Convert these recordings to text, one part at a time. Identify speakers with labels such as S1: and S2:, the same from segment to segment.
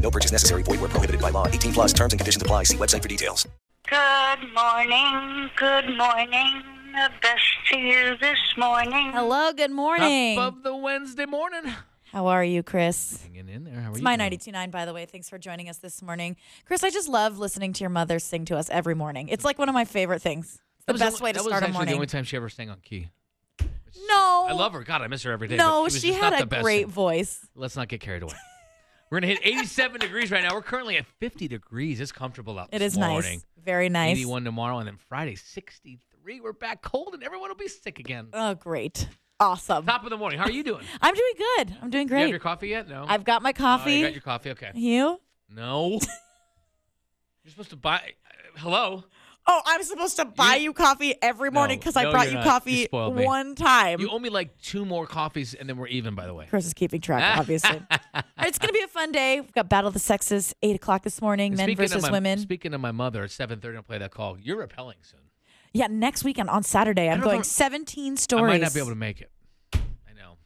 S1: No purchase necessary. Void where prohibited by law. 18 plus terms and conditions apply. See website for details.
S2: Good morning, good morning. The best to you this morning.
S3: Hello, good morning.
S4: Top of the Wednesday morning.
S3: How are you, Chris?
S4: Hanging in there. How are
S3: It's
S4: you?
S3: my
S4: doing?
S3: 92.9, by the way. Thanks for joining us this morning. Chris, I just love listening to your mother sing to us every morning. It's like one of my favorite things. It's
S4: That
S3: the
S4: was
S3: best
S4: only-
S3: way to
S4: that was
S3: start a
S4: actually
S3: morning.
S4: The only time she ever sang on key.
S3: no.
S4: I love her. God, I miss her every day. but
S3: No,
S4: was
S3: she
S4: just
S3: had
S4: not
S3: a
S4: the best
S3: great
S4: singer.
S3: voice.
S4: Let's not get carried away. We're gonna hit 87 degrees right now. We're currently at 50 degrees. It's comfortable out.
S3: It
S4: this
S3: is
S4: morning.
S3: nice. Very nice.
S4: 81 tomorrow, and then Friday 63. We're back cold, and everyone will be sick again.
S3: Oh, great. Awesome.
S4: Top of the morning. How are you doing?
S3: I'm doing good. I'm doing
S4: You have
S3: great.
S4: your coffee yet? No.
S3: I've got my
S4: Oh, you
S3: coffee.
S4: got your coffee. Okay.
S3: you?
S4: No. You're supposed to buy. uh, Hello.
S3: Oh, I'm supposed to buy you, coffee every morning because I
S4: no,
S3: brought
S4: you're
S3: you
S4: not. You
S3: coffee
S4: spoiled me.
S3: one time.
S4: You owe me like two more coffees, and then we're even. By the way.
S3: Chris is keeping track, obviously. All right, it's going to be a fun day. We've got Battle of the Sexes, 8 o'clock this morning,
S4: And
S3: men
S4: speaking of
S3: versus
S4: my-
S3: women.
S4: Speaking of my mother, at 7:30, I'll play that call. You're repelling soon.
S3: yeah, next weekend on Saturday, I'm
S4: don't know if
S3: going
S4: I'm-
S3: 17 stories.
S4: I might not be able to make it. I know.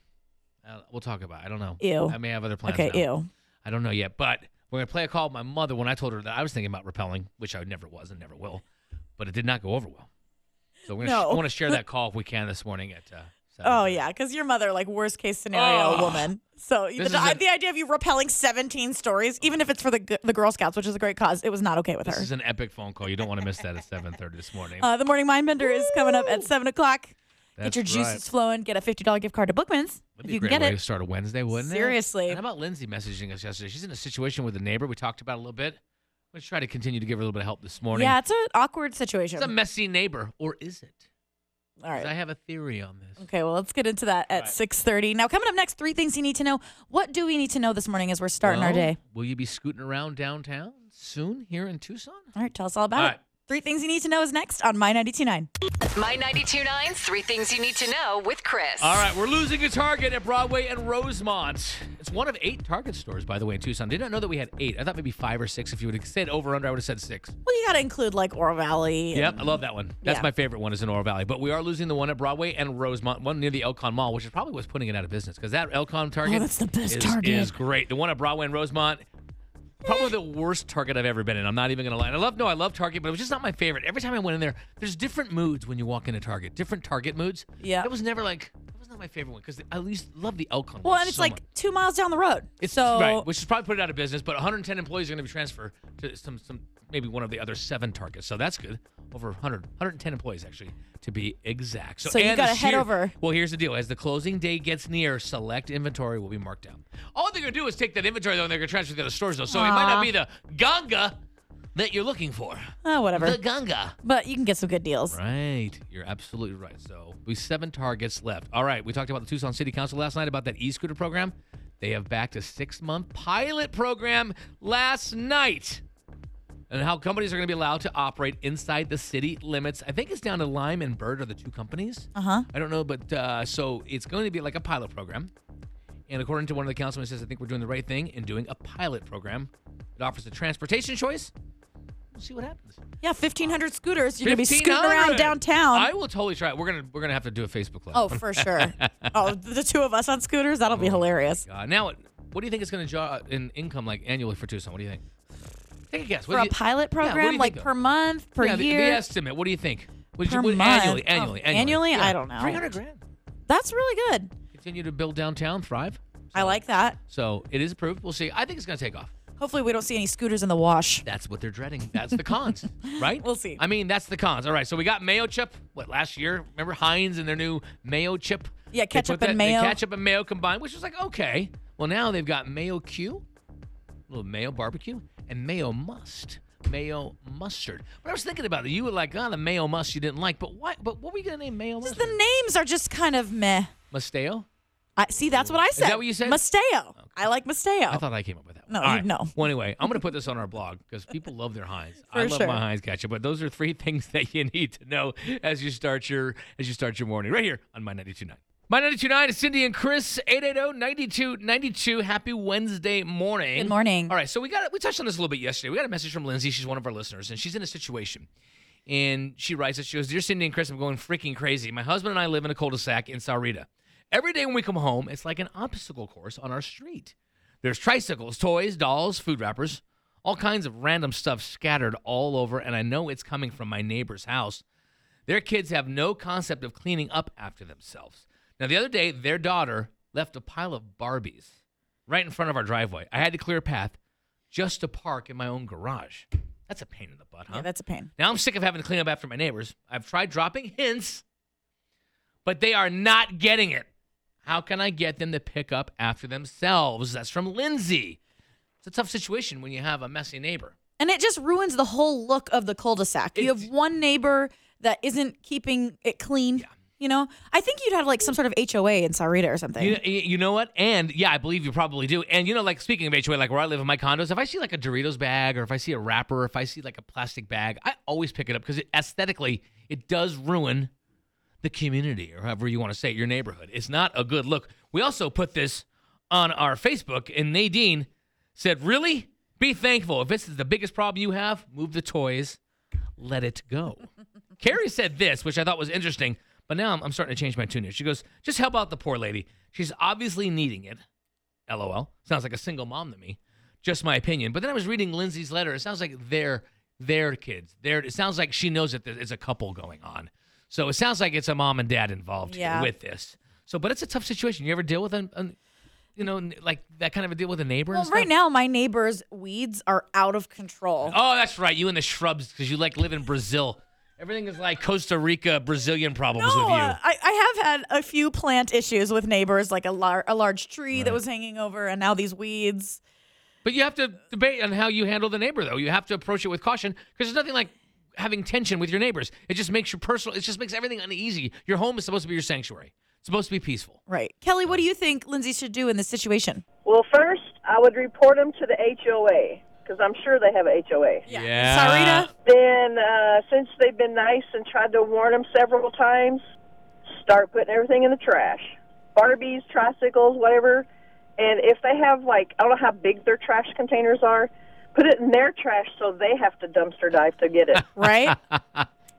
S4: Uh, we'll talk about. it. I don't know.
S3: Ew.
S4: I may have other plans.
S3: Okay,
S4: now.
S3: ew.
S4: I don't know yet, but we're gonna play a call with my mother when I told her that I was thinking about repelling, which I never was and never will, but it did not go over well. So we're gonna
S3: No.
S4: I want to share that call if we can this morning at. Uh, 7.
S3: Oh, yeah, because your mother, like, worst case scenario,
S4: Ugh.
S3: woman. So the,
S4: This is an-
S3: the idea of you repelling 17 stories, even if it's for the, g- the Girl Scouts, which is a great cause, it was not okay with
S4: This
S3: her.
S4: is an epic phone call. You don't want to miss that at 7:30 this morning.
S3: Uh, the Morning Mind Bender is coming up at 7 o'clock.
S4: That's
S3: get your
S4: right.
S3: juices flowing. Get a $50 gift card to Bookman's
S4: That'd
S3: if
S4: be
S3: you
S4: a great
S3: can get
S4: way
S3: it.
S4: to start a Wednesday, wouldn't it?
S3: Seriously.
S4: And how about Lindsay messaging us yesterday? She's in a situation with a neighbor we talked about a little bit. Let's try to continue to give her a little bit of help this morning.
S3: Yeah, it's an awkward situation.
S4: It's a messy neighbor, or is it?
S3: All
S4: 'Cause
S3: right.
S4: I have a theory on this.
S3: Okay, well, let's get into that at
S4: Right.
S3: 6:30. Now, coming up next, three things you need to know. What do we need to know this morning as we're starting our
S4: Well,
S3: day?
S4: Will you be scooting around downtown soon here in Tucson?
S3: All right, tell us all about
S4: All
S3: it.
S4: right.
S3: Three things you need to know is next on My 929.
S5: My 92.9 Three Things You Need to Know with Chris.
S4: All right, we're losing a Target at Broadway and Rosemont. It's one of eight Target stores, by the way, in Tucson. Did not know that we had eight. I thought maybe five or six. If you would have said over under, I would have said six.
S3: Well, you got to include like Oro Valley.
S4: Yep, I love that one. That's
S3: Yeah.
S4: my favorite one is in Oro Valley. But we are losing the one at Broadway and Rosemont, one near the Elcon Mall, which is probably what's putting it out of business because that Elcon Target
S3: Oh, that's the best
S4: is,
S3: Target.
S4: is great. The one at Broadway and Rosemont, probably the worst Target I've ever been in. I'm not even gonna lie. And I love no, I love Target, but it was just not my favorite. Every time I went in there, there's different moods when you walk into Target, different Target moods.
S3: Yeah.
S4: it was never like that was not my favorite one because I at least love the Elcon.
S3: Well,
S4: one
S3: and it's
S4: so
S3: like
S4: much.
S3: two miles down the road.
S4: It's
S3: so
S4: right, which is probably put it out of business. But 110 employees are going to be transferred to some, some maybe one of the other seven targets. So that's good. Over 100, 110 employees actually, to be exact. So,
S3: So you
S4: and
S3: gotta
S4: the
S3: head
S4: sheer-
S3: over.
S4: Well, here's the deal: as the closing day gets near, select inventory will be marked down. All they're going to do is take that inventory though, and they're going to transfer it to the stores though. So it might not be the ganga that you're looking for.
S3: oh, whatever.
S4: The ganga.
S3: but you can get some good deals.
S4: Right. You're absolutely right. So we have seven targets left. All right. We talked about the Tucson City Council last night about that e scooter program. They have backed a six month pilot program last night. And how companies are going to be allowed to operate inside the city limits. I think it's down to Lime and Bird are the two companies.
S3: Uh huh.
S4: I don't know, but uh, so it's going to be like a pilot program. And according to one of the councilmen, it says I think we're doing the right thing in doing a pilot program. It offers a transportation choice. We'll see what happens.
S3: Yeah, 1,500 scooters. You're gonna be scooting
S4: 1500.
S3: around downtown.
S4: I will totally try it. We're gonna we're gonna have to do a Facebook live.
S3: oh, for sure. oh, the two of us on scooters. That'll be hilarious.
S4: Oh God. Uh, Now, what do you think it's gonna draw in income like annually for Tucson? What do you think? Take a guess. What
S3: For
S4: do
S3: a
S4: you-
S3: pilot
S4: Yeah, what do
S3: program,
S4: you
S3: like
S4: think,
S3: per
S4: though?
S3: month, per
S4: yeah, the-
S3: year.
S4: The, estimate. What do you think? What
S3: Per
S4: what-
S3: month.
S4: Annually,
S3: Oh,
S4: annually,
S3: annually? I don't know.
S4: Three hundred grand.
S3: That's really good.
S4: Continue to build downtown, thrive.
S3: I like that.
S4: So it is approved. We'll see. I think it's gonna take off.
S3: Hopefully, we don't see any scooters in the wash.
S4: That's what they're dreading. That's the cons, right?
S3: We'll see.
S4: I mean, that's the cons. All right, so we got mayo chip. What last year? Remember Heinz and their new mayo chip?
S3: Yeah,
S4: They
S3: ketchup
S4: put
S3: and
S4: they
S3: mayo.
S4: Ketchup and mayo combined, which was like okay. Well, now they've got mayo Q, little mayo barbecue, and mayo must, mayo mustard. But I was thinking about it. You were like, oh, the mayo must you didn't like, but what? But what were you gonna name mayo
S3: Just
S4: mustard?
S3: the names are just kind of meh.
S4: Musteo.
S3: I see. That's what I
S4: Is
S3: said.
S4: that what you said?
S3: Musteo. I like Misteo.
S4: I thought I came up with that.
S3: No,
S4: All
S3: you-
S4: right.
S3: no.
S4: Well, anyway, I'm going to put this on our blog because people love their Heinz.
S3: For
S4: I love
S3: sure.
S4: my Heinz ketchup, but those are three things that you need to know as you start your as you start your morning right here on my 92.9. My 92.9 is Cindy and Chris oh, 880-9292. Happy Wednesday morning.
S3: Good morning.
S4: All right, so we got we touched on this a little bit yesterday. We got a message from Lindsay. She's one of our listeners, and she's in a situation. And she writes that she goes, Dear Cindy and Chris, I'm going freaking crazy. My husband and I live in a cul-de-sac in Sarita. Every day when we come home, it's like an obstacle course on our street. There's tricycles, toys, dolls, food wrappers, all kinds of random stuff scattered all over, and I know it's coming from my neighbor's house. Their kids have no concept of cleaning up after themselves. Now, the other day, their daughter left a pile of Barbies right in front of our driveway. I had to clear a path just to park in my own garage. That's a pain in the butt, huh?
S3: Yeah, that's a pain.
S4: Now I'm sick of having to clean up after my neighbors. I've tried dropping hints, but they are not getting it. How can I get them to pick up after themselves? That's from Lindsay. It's a tough situation when you have a messy neighbor.
S3: And it just ruins the whole look of the cul-de-sac. you
S4: It-
S3: have one neighbor that isn't keeping it clean. You know, I think you'd have like some sort of HOA in Sarita or something.
S4: You, you know what? And yeah, I believe you probably do. And you know, like speaking of HOA, like where I live in my condos, if I see like a Doritos bag or if I see a wrapper, or if I see like a plastic bag, I always pick it up because aesthetically, it does ruin the community or however you want to say it, your neighborhood. It's not a good look. We also put this on our Facebook, and Nadine said, Really? Be thankful. If this is the biggest problem you have, move the toys, let it go. Carrie said this, which I thought was interesting, but now I'm, I'm starting to change my tune here. She goes, Just help out the poor lady. She's obviously needing it. LOL. Sounds like a single mom to me. Just my opinion. But then I was reading Lindsay's letter. It sounds like their their kids. Their it sounds like she knows that there's a couple going on. So it sounds like it's a mom and dad involved here
S3: Yeah.
S4: with this. So, but it's a tough situation. You ever deal with an, an you know, n- like that kind of a deal with a neighbor? and
S3: well, right
S4: stuff?
S3: now my neighbor's weeds are out of control.
S4: Oh, that's right. You in the shrubs because you like live in Brazil. Everything is like Costa Rica Brazilian
S3: No,
S4: problems with you.
S3: uh, I, I have had a few plant issues with neighbors, like a, lar- a large tree that was hanging over, and now these weeds.
S4: But you have to debate on how you handle the neighbor, though. You have to approach it with caution because there's nothing like having tension with your neighbors. It just makes your personal. It just makes everything uneasy. Your home is supposed to be your sanctuary. It's supposed to be peaceful.
S3: Right, Kelly, what do you think Lindsay should do in this situation?
S6: Well, first, I would report them to the HOA because I'm sure they have a HOA.
S4: Yeah.
S3: Sarita,
S6: Then, uh, since they've been nice and tried to warn them several times, start putting everything in the trash Barbies, tricycles, whatever. And if they have, like, I don't know how big their trash containers are, put it in their trash so they have to dumpster dive to get it.
S3: right?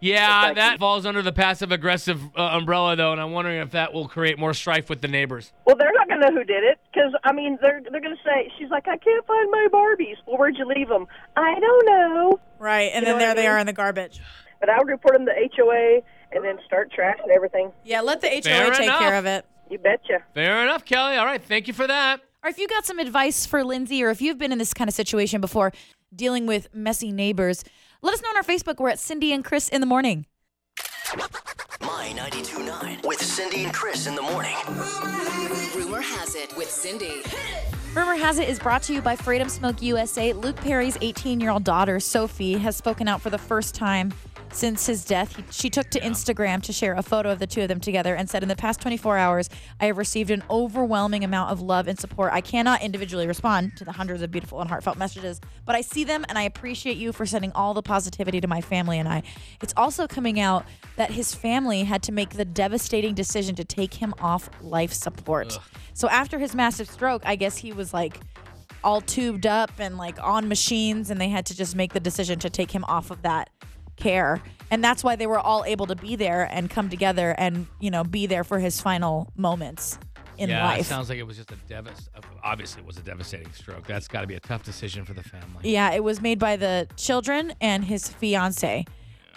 S4: Yeah, that falls under the passive aggressive uh, umbrella, though, and I'm wondering if that will create more strife with the neighbors.
S6: well, they're not going to know who did it because, I mean, they're, they're going to say, she's like, I can't find my Barbies. Well, where'd you leave them? I don't know.
S3: right, and
S6: You
S3: then
S6: know
S3: there
S6: what I
S3: they are
S6: mean?
S3: in the garbage.
S6: But I would report them to HOA and then start trashing everything.
S3: Yeah, let the HOA
S4: Fair
S3: take
S4: enough.
S3: care of it.
S6: You betcha.
S4: Fair enough, Kelly. All right, thank you for that.
S3: Or if you got some advice for Lindsay, or if you've been in this kind of situation before, dealing with messy neighbors, let us know on our Facebook. We're at Cindy and Chris in the morning.
S7: My 92.9 with Cindy and Chris in the morning.
S5: Rumor has it with Cindy.
S3: Rumor has it is brought to you by Freedom Smoke USA. Luke Perry's 18 year old daughter, Sophie, has spoken out for the first time since his death. He, she took to Instagram to share a photo of the two of them together and said, In the past 24 hours, I have received an overwhelming amount of love and support. I cannot individually respond to the hundreds of beautiful and heartfelt messages, but I see them and I appreciate you for sending all the positivity to my family and I. It's also coming out that his family had to make the devastating decision to take him off life support. So after his massive stroke, I guess he was like all tubed up and like on machines, and they had to just make the decision to take him off of that care. And that's why they were all able to be there and come together and, you know, be there for his final moments in
S4: yeah, it
S3: life.
S4: sounds like it was just a devast. Obviously, it was a devastating stroke. That's got to be a tough decision for the family.
S3: Yeah, it was made by the children and his fiance,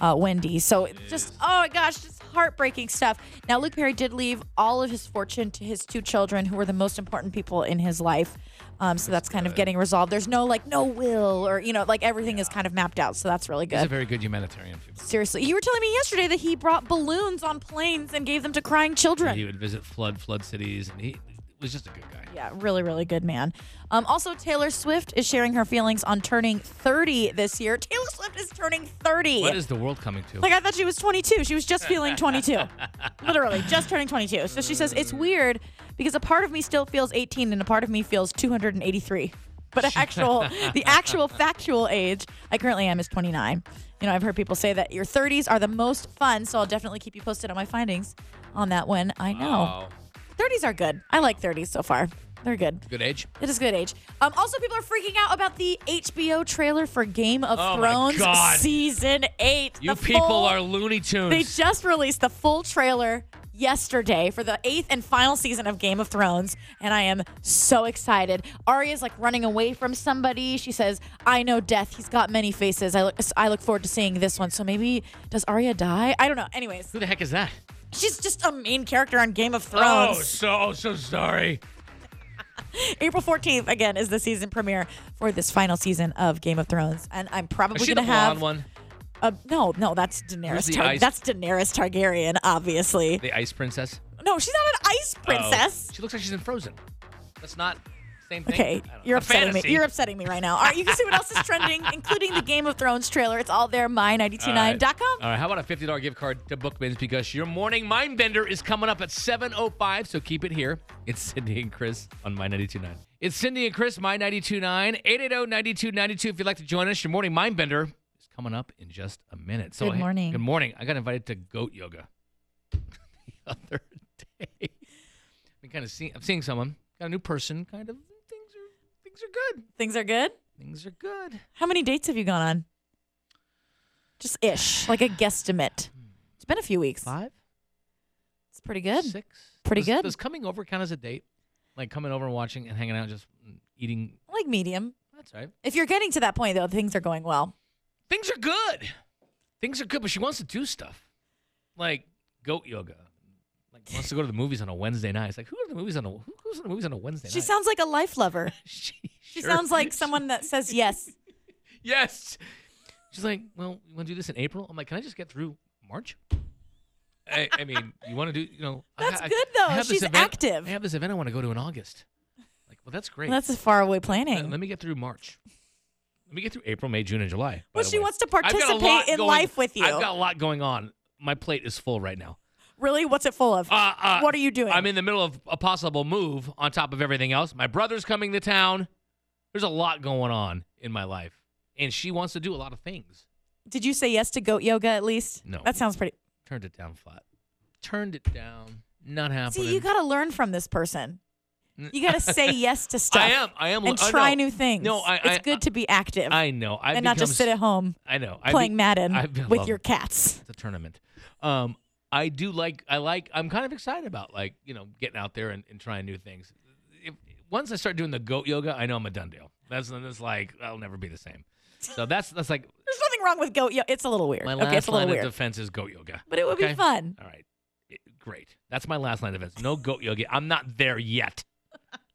S3: uh, Wendy. So it's just, oh my gosh, just heartbreaking stuff. Now, Luke Perry did leave all of his fortune to his two children, who were the most important people in his life. Um, so that's kind of getting resolved. There's no like no will or you know like everything is kind of mapped out. So that's really
S4: He's a
S3: good.
S4: very good humanitarian. too.
S3: Seriously, you were telling me yesterday that he brought balloons on planes and gave them to crying
S4: And
S3: children.
S4: He would visit flood flood cities, and he was just a good guy.
S3: Yeah, really, really good man. Um, also, Taylor Swift is sharing her feelings on turning 30 this year. Taylor Swift is turning 30.
S4: What is the world coming to?
S3: like I thought she was 22. She was just feeling 22, literally just turning 22. So she says it's weird because a part of me still feels 18 and a part of me feels 283. But actual, the actual factual age I currently am is 29. You know, I've heard people say that your 30s are the most fun, so I'll definitely keep you posted on my findings on that when I know.
S4: Oh,
S3: 30s are good. I like 30s so far. They're good.
S4: good age.
S3: It is a good age. Um, also, people are freaking out about the HBO trailer for Game of
S4: Oh my
S3: Thrones
S4: God.
S3: season eight.
S4: You
S3: The
S4: people
S3: full-
S4: are Looney Tunes.
S3: They just released the full trailer yesterday for the eighth and final season of Game of Thrones, and I am so excited. Arya's like running away from somebody. She says, "I know death. He's got many faces. I look, I look forward to seeing this one. So maybe does Arya die? I don't know. Anyways,
S4: Who the heck is that?
S3: she's just a main character on Game of
S4: Oh,
S3: Thrones.
S4: so so sorry.
S3: April 14th, again, is the season premiere for this final season of Game of Thrones. And I'm probably
S4: Is she
S3: going
S4: the
S3: to
S4: blonde
S3: have.
S4: one?
S3: A, no, no, that's
S4: Who's
S3: Daenerys.
S4: the
S3: Tar-
S4: ice-
S3: that's Daenerys Targaryen, obviously.
S4: The ice princess.
S3: No, she's not an ice princess.
S4: Oh, she looks like she's in Frozen. That's not same thing.
S3: Okay,
S4: I don't know.
S3: you're
S4: A
S3: upsetting
S4: fantasy.
S3: me. You're upsetting me right now. All right, you can see what else is trending, including the Game of Thrones trailer. It's all there,
S4: All right.
S3: my929.com.
S4: All right, how about a fifty dollar gift card to Bookman's because your morning mind bender is coming up at seven oh five, so keep it here. It's Cindy and Chris on My 92.9. It's Cindy and Chris, My 92.9, 880-9292 if you'd like to join us. Your morning mind bender is coming up in just a minute. So
S3: Good
S4: hey,
S3: morning.
S4: good morning. I got invited to goat yoga the other day. Been kind of seeing I'm seeing someone, got a new person, kind of things are things are good.
S3: Things are good.
S4: Things are good.
S3: How many dates have you gone on? Just ish, like a guesstimate. It's been a few weeks.
S4: Five?
S3: It's pretty good.
S4: Six.
S3: Pretty
S4: Does-
S3: good.
S4: Does coming over count as a date? Like coming over and watching and hanging out, just eating.
S3: Like medium.
S4: That's right.
S3: If you're getting to that point, though, things are going well.
S4: Things are good. Things are good, but she wants to do stuff like goat yoga. Like wants to go to the movies on a Wednesday night. It's like who goes to the movies on a who goes to the movies on a Wednesday
S3: She
S4: night?
S3: sounds like a life lover.
S4: she,
S3: She
S4: sure-
S3: sounds like someone that says yes.
S4: yes. She's like, well, you want to do this in April? I'm like, can I just get through March? I, I mean, you want to do, you know? I
S3: That's
S4: ha- I-
S3: good, though.
S4: I have this
S3: She's
S4: event-
S3: active.
S4: I have this event I want to go to in August. Like, well, that's great.
S3: That's a faraway
S4: Uh,
S3: planning.
S4: Let me get through March. Let me get through April, May, June, and July. by
S3: Well,
S4: the
S3: she
S4: way.
S3: wants to
S4: I've got a lot
S3: participate in
S4: going-
S3: life with you.
S4: I've got a lot going on. My plate is full right now.
S3: Really? What's it full of?
S4: Uh, uh,
S3: what are you doing?
S4: I'm in the middle of a possible move on top of everything else. My brother's coming to town. There's a lot going on in my life, and she wants to do a lot of things.
S3: Did you say yes to goat yoga at least?
S4: No.
S3: That sounds pretty.
S4: Turned it down flat. Turned it down. Not happening.
S3: See, you got to learn from this person.
S4: Mm.
S3: You got to say yes to stuff.
S4: I am. I am.
S3: And
S4: I know.
S3: try new things.
S4: No, I.
S3: it's
S4: I,
S3: good to be active
S4: I know. I've
S3: and not
S4: become
S3: just sit
S4: s-
S3: at home
S4: I know. I've
S3: playing
S4: be-
S3: Madden
S4: I've been-
S3: with
S4: love
S3: your
S4: it.
S3: cats.
S4: It's a tournament. Um, I do like. I like. I'm kind of excited about like you know getting out there and, and trying new things. If, once I start doing the goat yoga, I know I'm a done deal. That's then it's like I'll never be the same. So that's that's like
S3: There's nothing wrong with goat yoga. It's a little weird.
S4: my
S3: okay, it's
S4: last
S3: a
S4: line
S3: little
S4: of
S3: weird.
S4: defense is goat yoga.
S3: but it would
S4: okay?
S3: be fun.
S4: All right, It- great. That's my last line of defense. No goat yoga. I'm not there yet.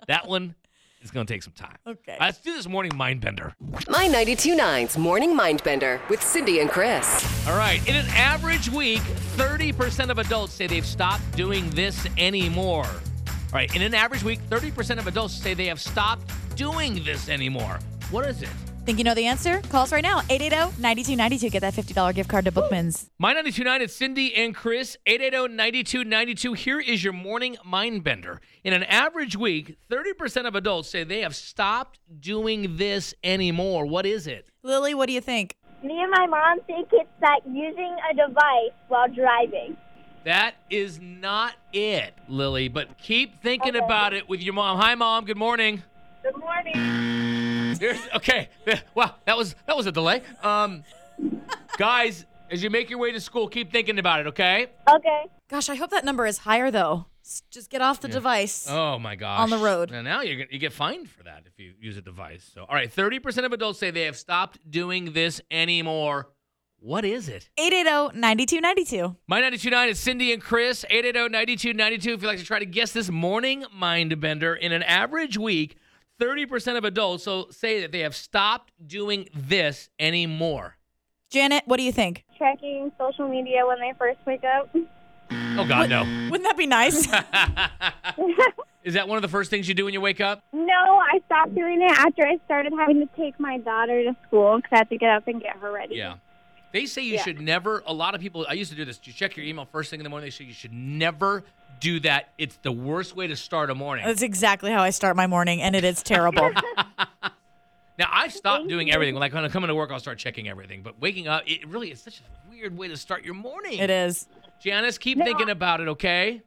S4: That one is gonna take some time.
S3: Okay.
S4: Let's do this morning mind bender.
S5: My 92.9's Morning Mindbender with Cindy and Chris.
S4: All right. In an average week, 30% of adults say they've stopped doing this anymore. All right. In an average week, 30% of adults say they have stopped doing this anymore. What is it?
S3: Think you know the answer? Call us right now. oh, 880-9292. Get that $50 gift card to Bookman's.
S4: My 929 is Cindy and Chris, oh, 880-9292. Here is your morning mind bender. In an average week, 30% of adults say they have stopped doing this anymore. What is it?
S3: Lily, what do you think?
S8: Me and my mom think it's that using a device while driving.
S4: That is not it, Lily, but keep thinking about it with your mom. Hi, Mom. Good morning.
S8: Good morning.
S4: There's, okay. Yeah, Wow, that was that was a delay. Um, guys, as you make your way to school, keep thinking about it. Okay.
S8: Okay.
S3: Gosh, I hope that number is higher though. S- Just get off the device.
S4: Oh my gosh.
S3: On the road.
S4: Now, now you're gonna, you get fined for that if you use a device. So, all right, thirty percent of adults say they have stopped doing this anymore. What is it?
S3: oh, 880-9292.
S4: My 929 is Cindy and Chris, oh, 880-9292. If you'd like to try to guess this morning mind bender, in an average week, 30% of adults so say that they have stopped doing this anymore.
S3: Janet, what do you think?
S8: Checking social media when they first wake up.
S4: Oh god, no.
S3: Wouldn't that be nice?
S4: Is that one of the first things you do when you wake up?
S3: Mm-hmm.
S8: No, I stopped doing it after I started having to take my daughter to school because I had to get up and get her ready.
S4: They say you should never. A lot of people. I used to do this. You check your email first thing in the morning. They say you should never do that. It's the worst way to start a morning.
S3: That's exactly how I start my morning, and it is terrible.
S4: Now I've stopped doing everything. Like when I'm coming to work, I'll start checking everything. But waking up, it really is such a weird way to start your morning.
S3: it is.
S4: Janice, keep thinking about it, okay?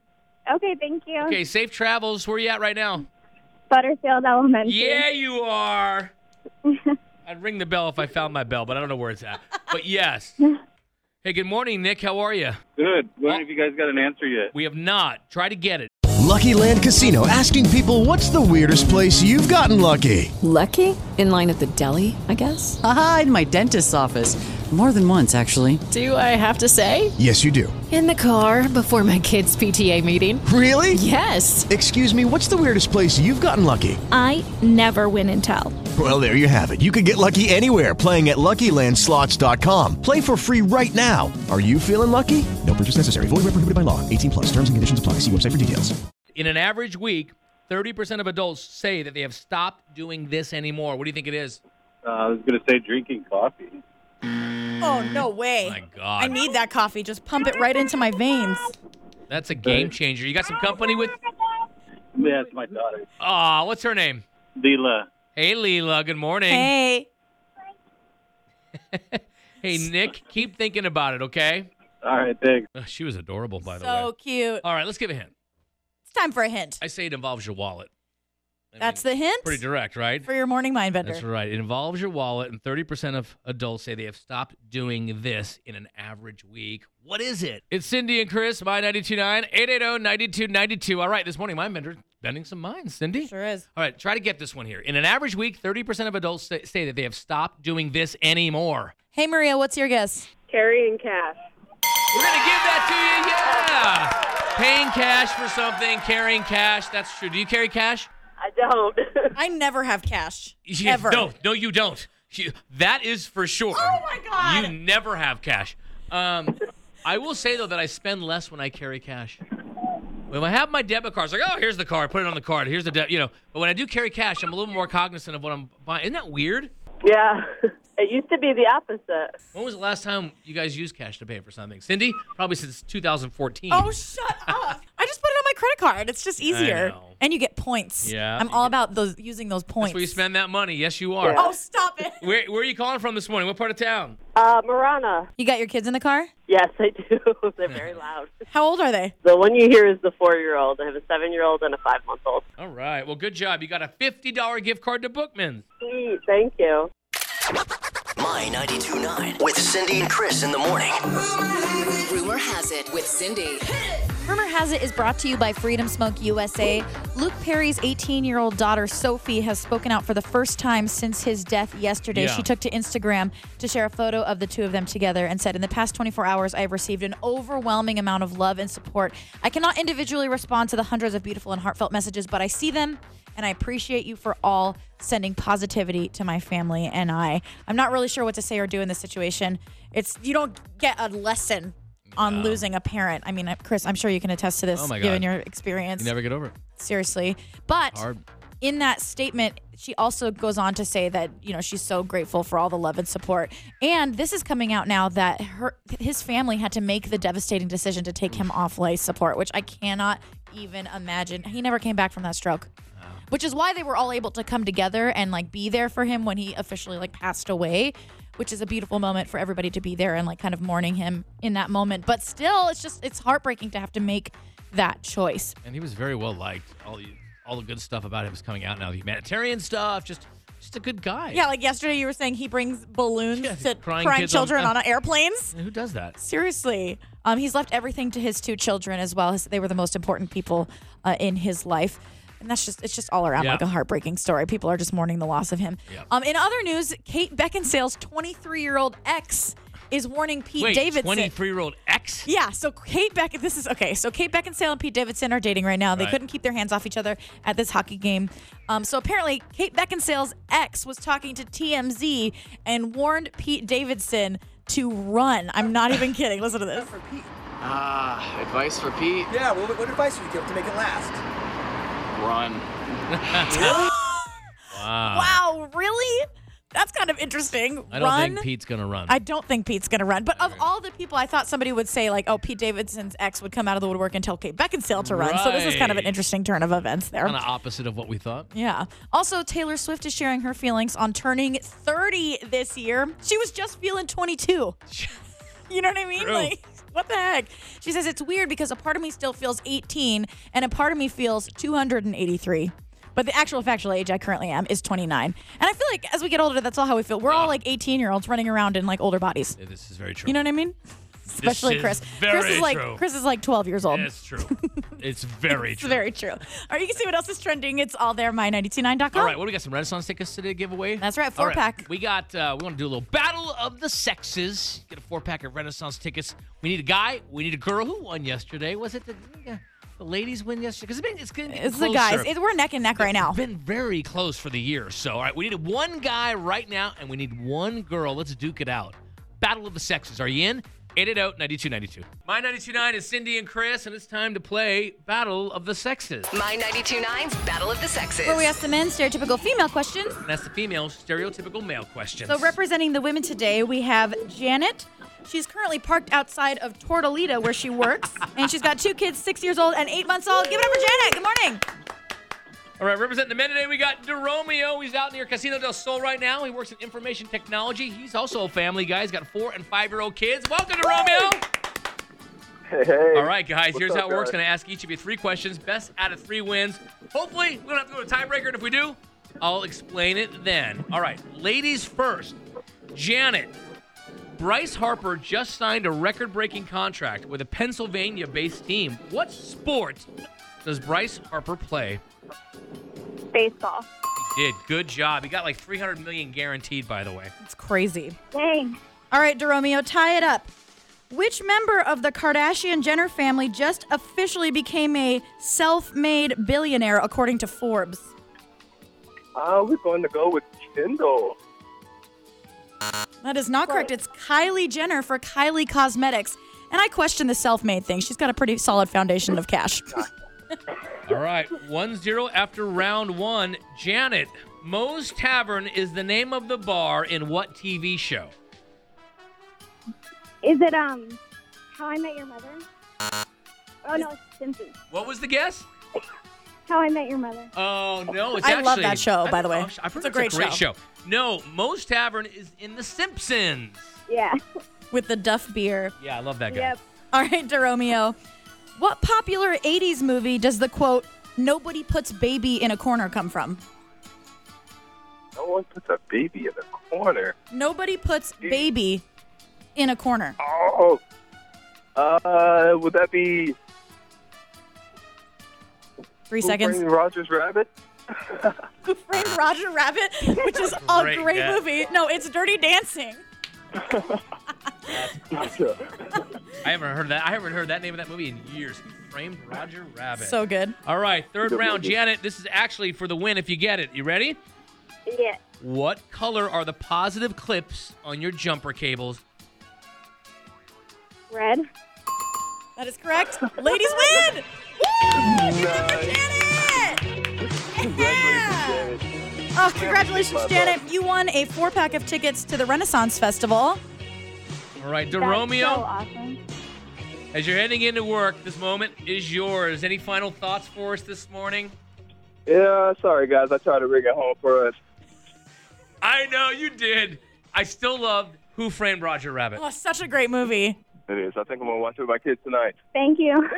S8: Okay, thank you.
S4: Okay, safe travels. Where you at right now?
S8: Butterfield Elementary.
S4: Yeah, you are. I'd ring the bell if I found my bell, but I don't know where it's at. But yes. Hey, good morning, Nick. How are you?
S9: Good. Wondering if you guys got an answer yet.
S4: We have not. Try to get it.
S10: Lucky Land Casino asking people what's the weirdest place you've gotten lucky?
S11: Lucky? In line at the deli, I guess?
S12: Aha, in my dentist's office. More than once, actually.
S11: Do I have to say?
S10: Yes, you do.
S11: In the car before my kids' PTA meeting.
S10: Really?
S11: Yes.
S10: Excuse me, what's the weirdest place you've gotten lucky?
S13: I never win and tell.
S10: Well, there you have it. You can get lucky anywhere playing at LuckyLandSlots.com. Play for free right now. Are you feeling lucky? No purchase necessary. Void where prohibited by law. 18 plus. Terms and conditions apply. See website for details.
S4: In an average week, 30% of adults say that they have stopped doing this anymore. What do you think it is?
S9: Uh, I was going to say drinking coffee.
S3: Oh no way!
S4: Mm. My God.
S3: I need that coffee. Just pump it right into my veins.
S4: That's a game changer. You got some company with.
S9: Yeah, it's my daughter,
S4: Aw, what's her name?
S9: Leela.
S4: Hey, Leela. Good morning.
S3: Hey,
S4: Hey, Nick. Keep thinking about it, okay?
S9: All right, thanks.
S4: Ugh, she was adorable, by the
S3: so
S4: way.
S3: cute.
S4: All right, let's give a hint.
S3: It's time for a hint.
S4: I say it involves your wallet. I
S3: That's
S4: mean,
S3: the hint
S4: pretty direct, right?
S3: for your morning mind bender.
S4: That's right. It involves your wallet, and 30% of adults say they have stopped doing this in an average week. What is it? It's Cindy and Chris, my 929 880 9292. All right, this morning, my mentor bending some minds, Cindy.
S3: Sure is.
S4: All right, try to get this one here. In an average week, 30% of adults say- say that they have stopped doing this anymore.
S3: Hey Maria, what's your guess?
S6: Carrying cash.
S4: We're going to give that to you. Yeah. Paying cash for something, carrying cash. That's true. Do you carry cash?
S6: I don't.
S3: I never have cash
S4: Yeah,
S3: ever.
S4: No, no, you don't. You- that is for sure. Oh my god! You never have cash. Um, I will say though that I spend less when I carry cash. When I have my debit cards, like, oh, here's the card, put it on the card. Here's the debt, you know. But when I do carry cash, I'm a little more cognizant of what I'm buying. Isn't that weird?
S6: yeah. It used to be the opposite.
S4: When was the last time you guys used cash to pay for something, Cindy? Probably since 2014.
S3: Oh shut up! I just put it on my credit card. It's just easier,
S4: know.
S3: and you get points.
S4: Yeah.
S3: I'm all about those using those points.
S4: That's where you spend that money. Yes, you are.
S3: Oh stop it!
S4: Where, where are you calling from this morning? What part of town?
S6: Uh, Marana.
S3: You got your kids in the car?
S6: Yes, I do. They're very loud.
S3: How old are they?
S6: The one you hear is the four-year-old. I have a seven-year-old and a five-month-old.
S4: All right. Well, good job. You got a $50 gift card to Bookman's.
S6: Sweet. Thank you.
S7: My 92.9 with Cindy and Chris in the morning.
S5: Rumor has it with Cindy.
S3: Rumor has it is brought to you by Freedom Smoke USA. Luke Perry's 18 year old daughter, Sophie, has spoken out for the first time since his death yesterday.
S4: Yeah.
S3: She took to Instagram to share a photo of the two of them together and said, In the past 24 hours, I have received an overwhelming amount of love and support. I cannot individually respond to the hundreds of beautiful and heartfelt messages, but I see them and I appreciate you for all sending positivity to my family and I. I'm not really sure what to say or do in this situation. It's you don't get a lesson on losing a parent. I mean, Chris, I'm sure you can attest to this
S4: Oh my
S3: given
S4: God.
S3: your experience.
S4: You never get over it.
S3: Seriously. But
S4: Hard.
S3: in that statement, she also goes on to say that, you know, she's so grateful for all the love and support. And this is coming out now that her his family had to make the devastating decision to take him off life support, which I cannot even imagine. He never came back from that stroke. Which is why they were all able to come together and like be there for him when he officially like passed away, which is a beautiful moment for everybody to be there and like kind of mourning him in that moment. But still, it's just it's heartbreaking to have to make that choice.
S4: And he was very well liked. All the all the good stuff about him is coming out now. The humanitarian stuff, just just a good guy.
S3: Yeah, like yesterday you were saying he brings balloons
S4: Yeah,
S3: to
S4: crying
S3: crying,
S4: kids on-
S3: children on, airplanes.
S4: And Who does that?
S3: Seriously. Um, he's left everything to his two children as well. His- They were the most important people uh, in his life. And that's just, it's just all around
S4: Yeah.
S3: like a heartbreaking story. People are just mourning the loss of him.
S4: Yeah.
S3: Um, in other news, Kate Beckinsale's 23 year old ex is warning Pete
S4: Wait,
S3: Davidson.
S4: 23 year old ex?
S3: Yeah, so Kate Beck this is okay. So Kate Beckinsale and Pete Davidson are dating right now. They
S4: Right.
S3: couldn't keep their hands off each other at this hockey game. Um, so apparently Kate Beckinsale's ex was talking to TMZ and warned Pete Davidson to run. I'm not even kidding. Listen to this.
S14: Ah, advice for Pete?
S10: Yeah, well, what advice would you give to make it last?
S14: Run.
S4: Wow.
S3: Wow, really? that's kind of interesting.
S4: I don't
S3: run.
S4: think Pete's gonna run.
S3: I don't think Pete's going to run. But of all the people, I thought somebody would say, like, oh, Pete Davidson's ex would come out of the woodwork and tell Kate Beckinsale to run. So this is kind of an
S4: Right.
S3: interesting turn of events there.
S4: Kind of opposite of what we thought.
S3: Yeah. Also, Taylor Swift is sharing her feelings on turning 30 this year. She was just feeling 22. you know what I mean?
S15: True.
S3: Like, what the heck? She says it's weird because a part of me still feels 18 and a part of me feels 283. But the actual factual age I currently am is 29. And I feel like as we get older, that's all how we feel. We're all like 18 year olds running around in like older bodies.
S4: Yeah, this is very true.
S3: You know what I mean? Especially
S4: is
S3: Chris. Chris
S4: very
S3: is like
S4: true.
S3: Chris is like 12 years old.
S4: It's true. It's very
S3: It's
S4: true.
S3: very true. All right, you can see what else is trending. It's all there, my929.com.
S4: All right, what do we got? Some Renaissance tickets today to give away?
S3: That's right,
S4: All
S3: four-pack.
S4: We got, uh, we want to do a little battle of the sexes. Get a four pack of Renaissance tickets. We need a guy, we need a girl. Who won yesterday? Was it the, yeah, the ladies win yesterday? Because it's been, it's getting
S3: It's the
S4: closer.
S3: guys. It, we're neck and neck right now.
S4: been very close for the year. So, all right, we need one guy right now, and we need one girl. Let's duke it out. Battle of the sexes. Are you in? 880-9292. My 92.9 is Cindy and Chris, and it's time to play Battle of the Sexes.
S5: My 929's Battle of the Sexes.
S3: Where we ask the men stereotypical female questions.
S4: And that's the female stereotypical male question.
S3: So representing the women today, we have Janet. She's currently parked outside of Tortolita where she works, and she's got two kids, six years old and eight months old. Give it up for Janet. Good morning.
S4: All right, representing the men today, we got DeRomeo. He's out near Casino del Sol right now. He works in information technology. He's also a family guy. He's got four and five year old kids. Welcome, DeRomeo.
S9: Hey, hey.
S4: All right, guys,
S9: What's
S4: here's
S9: up,
S4: how it works.
S9: guys?
S4: Going to ask each of you three questions. Best out of three wins. Hopefully, we don't have to go to tiebreaker. And if we do, I'll explain it then. All right, ladies first. Janet, Bryce Harper just signed a record breaking contract with a Pennsylvania based team. What sport does Bryce Harper play?
S8: Baseball.
S4: Did good job. He got like 300 million guaranteed, by the way.
S3: It's crazy.
S8: Dang.
S3: All right, DeRomeo, tie it up. Which member of the Kardashian Jenner family just officially became a self made billionaire, according to Forbes?
S9: Uh, we're going to go with Kindle.
S3: That is not correct. It's Kylie Jenner for Kylie Cosmetics. And I question the self made thing. She's got a pretty solid foundation of cash.
S4: All right, 1 0 after round one. Janet, Moe's Tavern is the name of the bar in what TV show?
S8: Is it um How I Met Your Mother? Oh no, it's Simpsons.
S4: What was the guess?
S8: How I Met Your Mother.
S4: Oh, no, it's
S3: I
S4: actually.
S3: love that show,
S4: I
S3: by the
S4: think-
S3: way.
S4: oh, I've heard
S3: It's a great show.
S4: No, Moe's Tavern is in The Simpsons.
S8: Yeah.
S3: With the Duff beer.
S4: Yeah, I love that guy.
S3: All right, DeRomeo. What popular 80s movie does the quote, nobody puts baby in a corner come from?
S9: No one puts a baby in a corner.
S3: Nobody puts baby in a corner.
S9: Oh. Uh, would that be
S3: Three
S9: Who
S3: seconds.
S9: Framed Roger's Rabbit?
S3: Who Framed Roger Rabbit, which is a
S9: Great
S3: great,
S9: guess.
S3: movie. No, it's Dirty Dancing.
S4: I haven't heard that. I haven't heard that name of that movie in years. Framed Roger Rabbit.
S3: So good.
S4: All right, third
S3: Good
S4: round,
S3: movie.
S4: Janet. This is actually for the win if you get it. You ready?
S8: Yeah.
S4: What color are the positive clips on your jumper cables?
S8: Red.
S3: That is correct. Ladies win. Oh, congratulations, Janet. You won a four pack of tickets to the Renaissance Festival.
S4: All right, DeRomeo,
S8: awesome.
S4: as you're heading into work, this moment is yours. Any final thoughts for us this morning?
S6: Uh-uh.
S9: Yeah, sorry guys, I tried to rig it home for us.
S4: I know you did. I still love Who Framed Roger Rabbit.
S3: Oh, such a great movie.
S9: It is. I think I'm gonna watch it with my kids tonight.
S8: Thank you.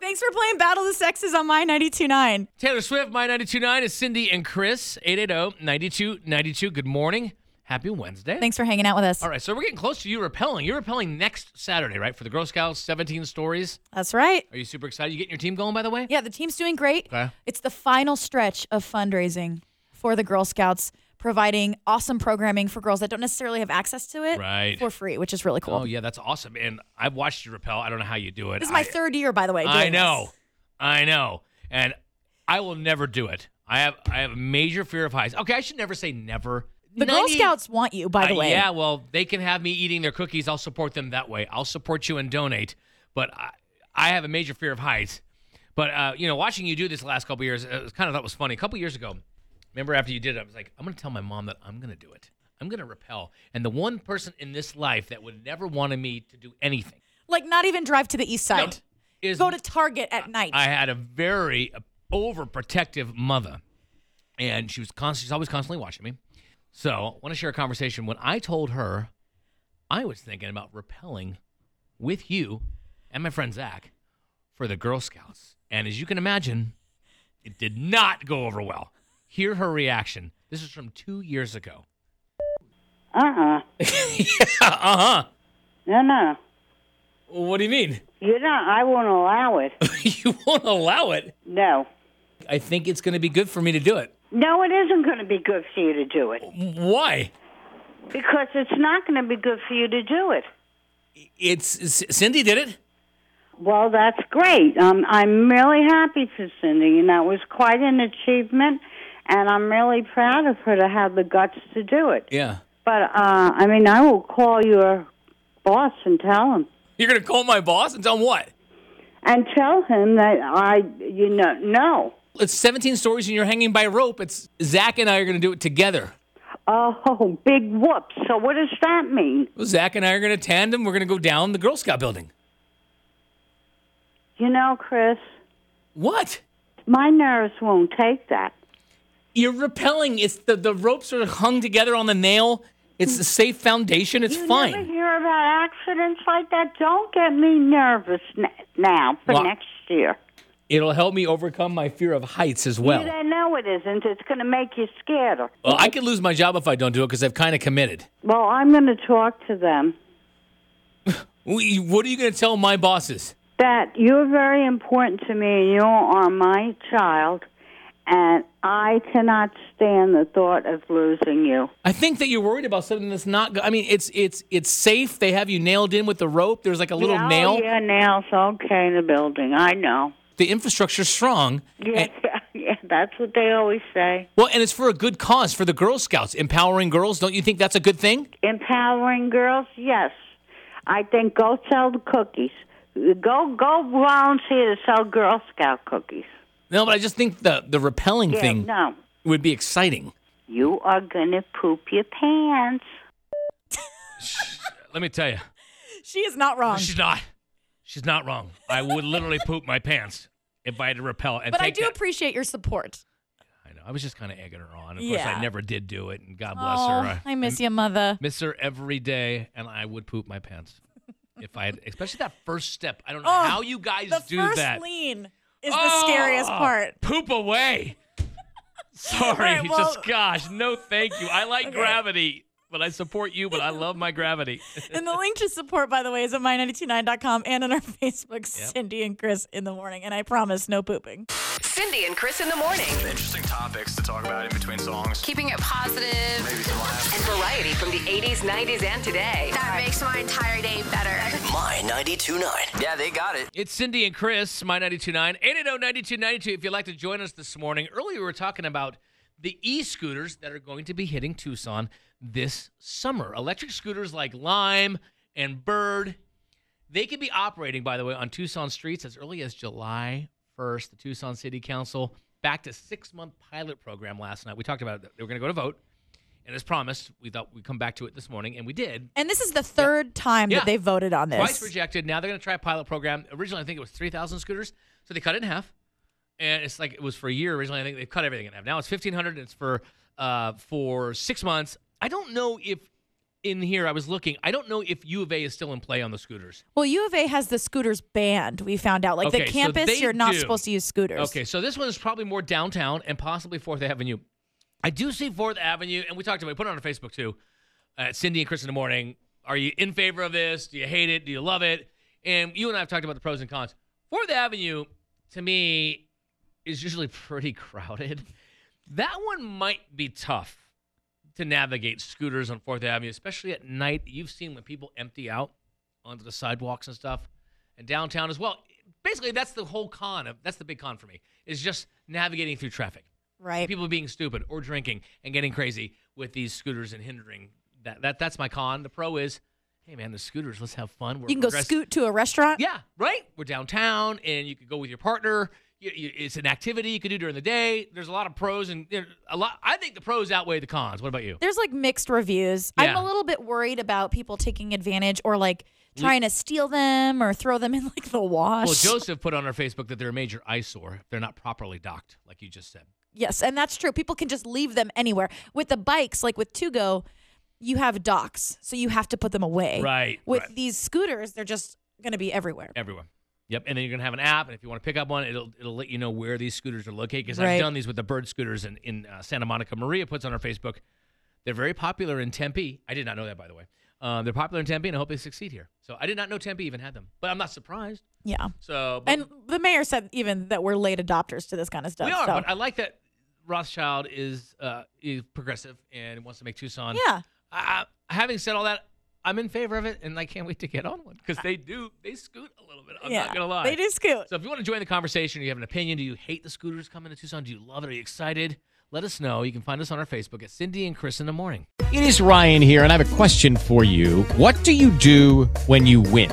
S3: Thanks for playing Battle of the Sexes on My 92.9.
S4: Taylor Swift, My 92.9 is Cindy and Chris, 880-9292. Good morning. Happy Wednesday.
S3: Thanks for hanging out with us.
S4: All right, so we're getting close to you rappelling. You're rappelling next Saturday, right? For the Girl Scouts 17 Stories.
S3: That's right.
S4: Are you super excited? You getting your team going, by the way?
S3: Yeah, the team's doing great.
S4: Okay.
S3: It's the final stretch of fundraising for the Girl Scouts, providing awesome programming for girls that don't necessarily have access to it
S4: Right.
S3: for free, which is really cool.
S4: Oh, yeah, that's awesome. And I've watched you rappel. I don't know how you do it.
S3: This is my
S4: I-
S3: third year, by the way.
S4: I
S3: doing
S4: know.
S3: this.
S4: I know. And I will never do it. I have I have a major fear of heights. Okay, I should never say never.
S3: The Girl
S4: 90
S3: Scouts want you, by the
S4: Uh,
S3: way.
S4: Yeah, well, they can have me eating their cookies. I'll support them that way. I'll support you and donate. But I, I have a major fear of heights. But uh, you know, watching you do this the last couple years, uh, it was kind of thought was funny. A couple years ago, Remember after you did it, I was like, I'm going to tell my mom that I'm going to do it. I'm going to repel. And the one person in this life that would never wanted me to do anything
S3: Like not even drive to the east side.
S4: is
S3: Go to Target at night.
S4: I had a very overprotective mother, and she was constantly, she's always constantly watching me. So I want to share a conversation. When I told her, I was thinking about repelling with you and my friend Zach for the Girl Scouts, and as you can imagine, it did not go over well. Hear her reaction. This is from two years ago.
S15: Uh-uh.
S4: uh huh.
S15: No, no.
S4: What do you mean?
S15: You're not. I won't allow it.
S4: you won't allow it.
S15: No.
S4: I think it's going to be good for me to do it.
S15: No, it isn't going to be good for you to do it.
S4: Why?
S15: Because it's not going to be good for you to do it.
S4: It's Cindy did it.
S15: Well, that's great. Um, I'm really happy for Cindy, and that was quite an achievement. And I'm really proud of her to have the guts to do it.
S4: Yeah.
S15: But uh, I mean, I will call your boss and tell him,
S4: You're going to call my boss and tell him what?
S15: and tell him that I, you know, no.
S4: It's 17 stories and you're hanging by a rope. It's Zach and I are going to do it together.
S15: Oh, big whoop! So what does that mean?
S4: Zach and I are going to tandem. We're going to go down the Girl Scout building.
S15: You know, Chris.
S4: What?
S15: My nerves won't take that.
S4: You're repelling. It's the, the ropes are hung together on the nail. It's a safe foundation. It's
S15: you
S4: fine.
S15: never hear about accidents like that. Don't get me nervous n- now for
S4: Well,
S15: next year.
S4: It'll help me overcome my fear of heights as well.
S15: you don't know it isn't. It's going to make you scared.
S4: Well, I could lose my job if I don't do it because I've kind of committed.
S15: Well, I'm going to talk to them
S4: We- What are you going to tell my bosses?
S15: that you're very important to me and you are my child, and I cannot stand the thought of losing you.
S4: I think that you're worried about something that's not. go- I mean, it's it's it's safe. They have you nailed in with the rope. There's like a little
S15: yeah,
S4: nail.
S15: Oh, Yeah, nails. Okay, in the building. I know.
S4: The infrastructure's strong.
S15: Yeah, yeah, yeah, that's what they always say.
S4: Well, and it's for a good cause for the Girl Scouts, empowering girls. Don't you think that's a good thing?
S15: Empowering girls, yes. I think go sell the cookies. Go go volunteer to sell Girl Scout cookies.
S4: No, but I just think the the repelling
S15: Yeah,
S4: thing
S15: no.
S4: would be exciting.
S15: You are gonna poop your pants.
S4: Let me tell you,
S3: she is not wrong.
S4: she's not. She's not wrong. I would literally poop my pants if I had to repel. And
S3: but I
S4: take
S3: do
S4: that.
S3: appreciate your support.
S4: I know. I was just kind of egging her on. Of course,
S3: Yeah.
S4: I never did do it, and God bless
S3: Oh,
S4: her.
S3: I miss you, mother.
S4: Miss her every day, and I would poop my pants if I had, especially that first step. I don't know
S3: Oh,
S4: how you guys
S3: the
S4: do
S3: first
S4: that.
S3: lean is the scariest
S4: Oh,
S3: part.
S4: Poop away. Sorry,
S3: right, well-
S4: just gosh, no, thank you. I like gravity, but I support you. But I love my gravity.
S3: And the link to support, by the way, is at my929.com and on our Facebook,
S4: Yep.
S3: Cindy and Chris in the morning. And I promise no pooping.
S5: Cindy and Chris in the morning.
S16: Interesting topics to talk about in between songs.
S5: Keeping it positive and variety from the 80s, 90s, and today. That makes my entire day better.
S7: My 92.9. Yeah, they got it.
S4: It's Cindy and Chris, my 929 880 9292. If you'd like to join us this morning, earlier we were talking about the e scooters that are going to be hitting Tucson this summer. Electric scooters like Lime and Bird. They could be operating, by the way, on Tucson streets as early as July 1st. The Tucson City Council backed a six month pilot program last night. We talked about it. They were going to go to vote. And as promised, we thought we'd come back to it this morning, and we did.
S3: And this is the third time
S4: Yeah.
S3: that they voted on this.
S4: Twice rejected. Now they're going to try a pilot program. Originally, I think it was 3,000 scooters. So they cut it in half. And it's like it was for a year originally. I think they cut everything in half. Now it's 1,500 and it's for, uh, for six months. I don't know if in here, I was looking, I don't know if U of A is still in play on the scooters.
S3: Well, U of A has the scooters banned, we found out. Like
S4: Okay,
S3: the
S4: so
S3: campus,
S4: they
S3: you're not
S4: do.
S3: supposed to use scooters.
S4: Okay, so this one is probably more downtown and possibly Fourth Avenue. I do see Fourth Avenue, and we talked about it. We put it on our Facebook too. Uh, Cindy and Chris in the morning. Are you in favor of this? Do you hate it? Do you love it? And you and I have talked about the pros and cons. Fourth Avenue, to me, is usually pretty crowded. That one might be tough to navigate scooters on Fourth Avenue, especially at night. You've seen when people empty out onto the sidewalks and stuff, and downtown as well. Basically, that's the whole con of that's the big con for me is just navigating through traffic.
S3: Right.
S4: People being stupid or drinking and getting crazy with these scooters and hindering that. That that's my con. The pro is, hey man, the scooters. Let's have fun. We're
S3: You can go
S4: progress-
S3: scoot to a restaurant.
S4: Yeah. right? We're downtown, and you could go with your partner. You, you, it's an activity you could do during the day. There's a lot of pros and there- a lot. I think the pros outweigh the cons. What about you?
S3: There's like mixed reviews.
S4: Yeah.
S3: I'm a little bit worried about people taking advantage or like trying to steal them or throw them in like the wash.
S4: Well, Joseph put on our Facebook that they're a major eyesore. if They're not properly docked, like you just said.
S3: Yes, and that's true. People can just leave them anywhere. With the bikes, like with Tugo, you have docks, so you have to put them away.
S4: Right,
S3: With
S4: right.
S3: these scooters, they're just going to be everywhere.
S4: Everywhere. Yep. And then you're gonna have an app, and if you want to pick up one, it'll it'll let you know where these scooters are located. Because
S3: Right.
S4: I've done these with the bird scooters in in uh, Santa Monica. Maria puts on her Facebook. They're very popular in Tempe. I did not know that, by the way. Uh, they're popular in Tempe, and I hope they succeed here. So I did not know Tempe even had them, but I'm not surprised.
S3: Yeah.
S4: So, but
S3: And the mayor said even that we're late adopters to this kind of stuff.
S4: we are.
S3: so-
S4: But I like that Rothschild is uh, is progressive and wants to make Tucson.
S3: Yeah.
S4: I, I- having said all that, I'm in favor of it, and I can't wait to get on one because they do they scoot a little bit. I'm
S3: Yeah,
S4: not gonna lie.
S3: they do scoot.
S4: So if you want to join the conversation, or you have an opinion, do you hate the scooters coming to Tucson? Do you love it? Are you excited? Let us know. You can find us on our Facebook at Cindy and Chris in the morning.
S17: It is Ryan here, and I have a question for you. What do you do when you win?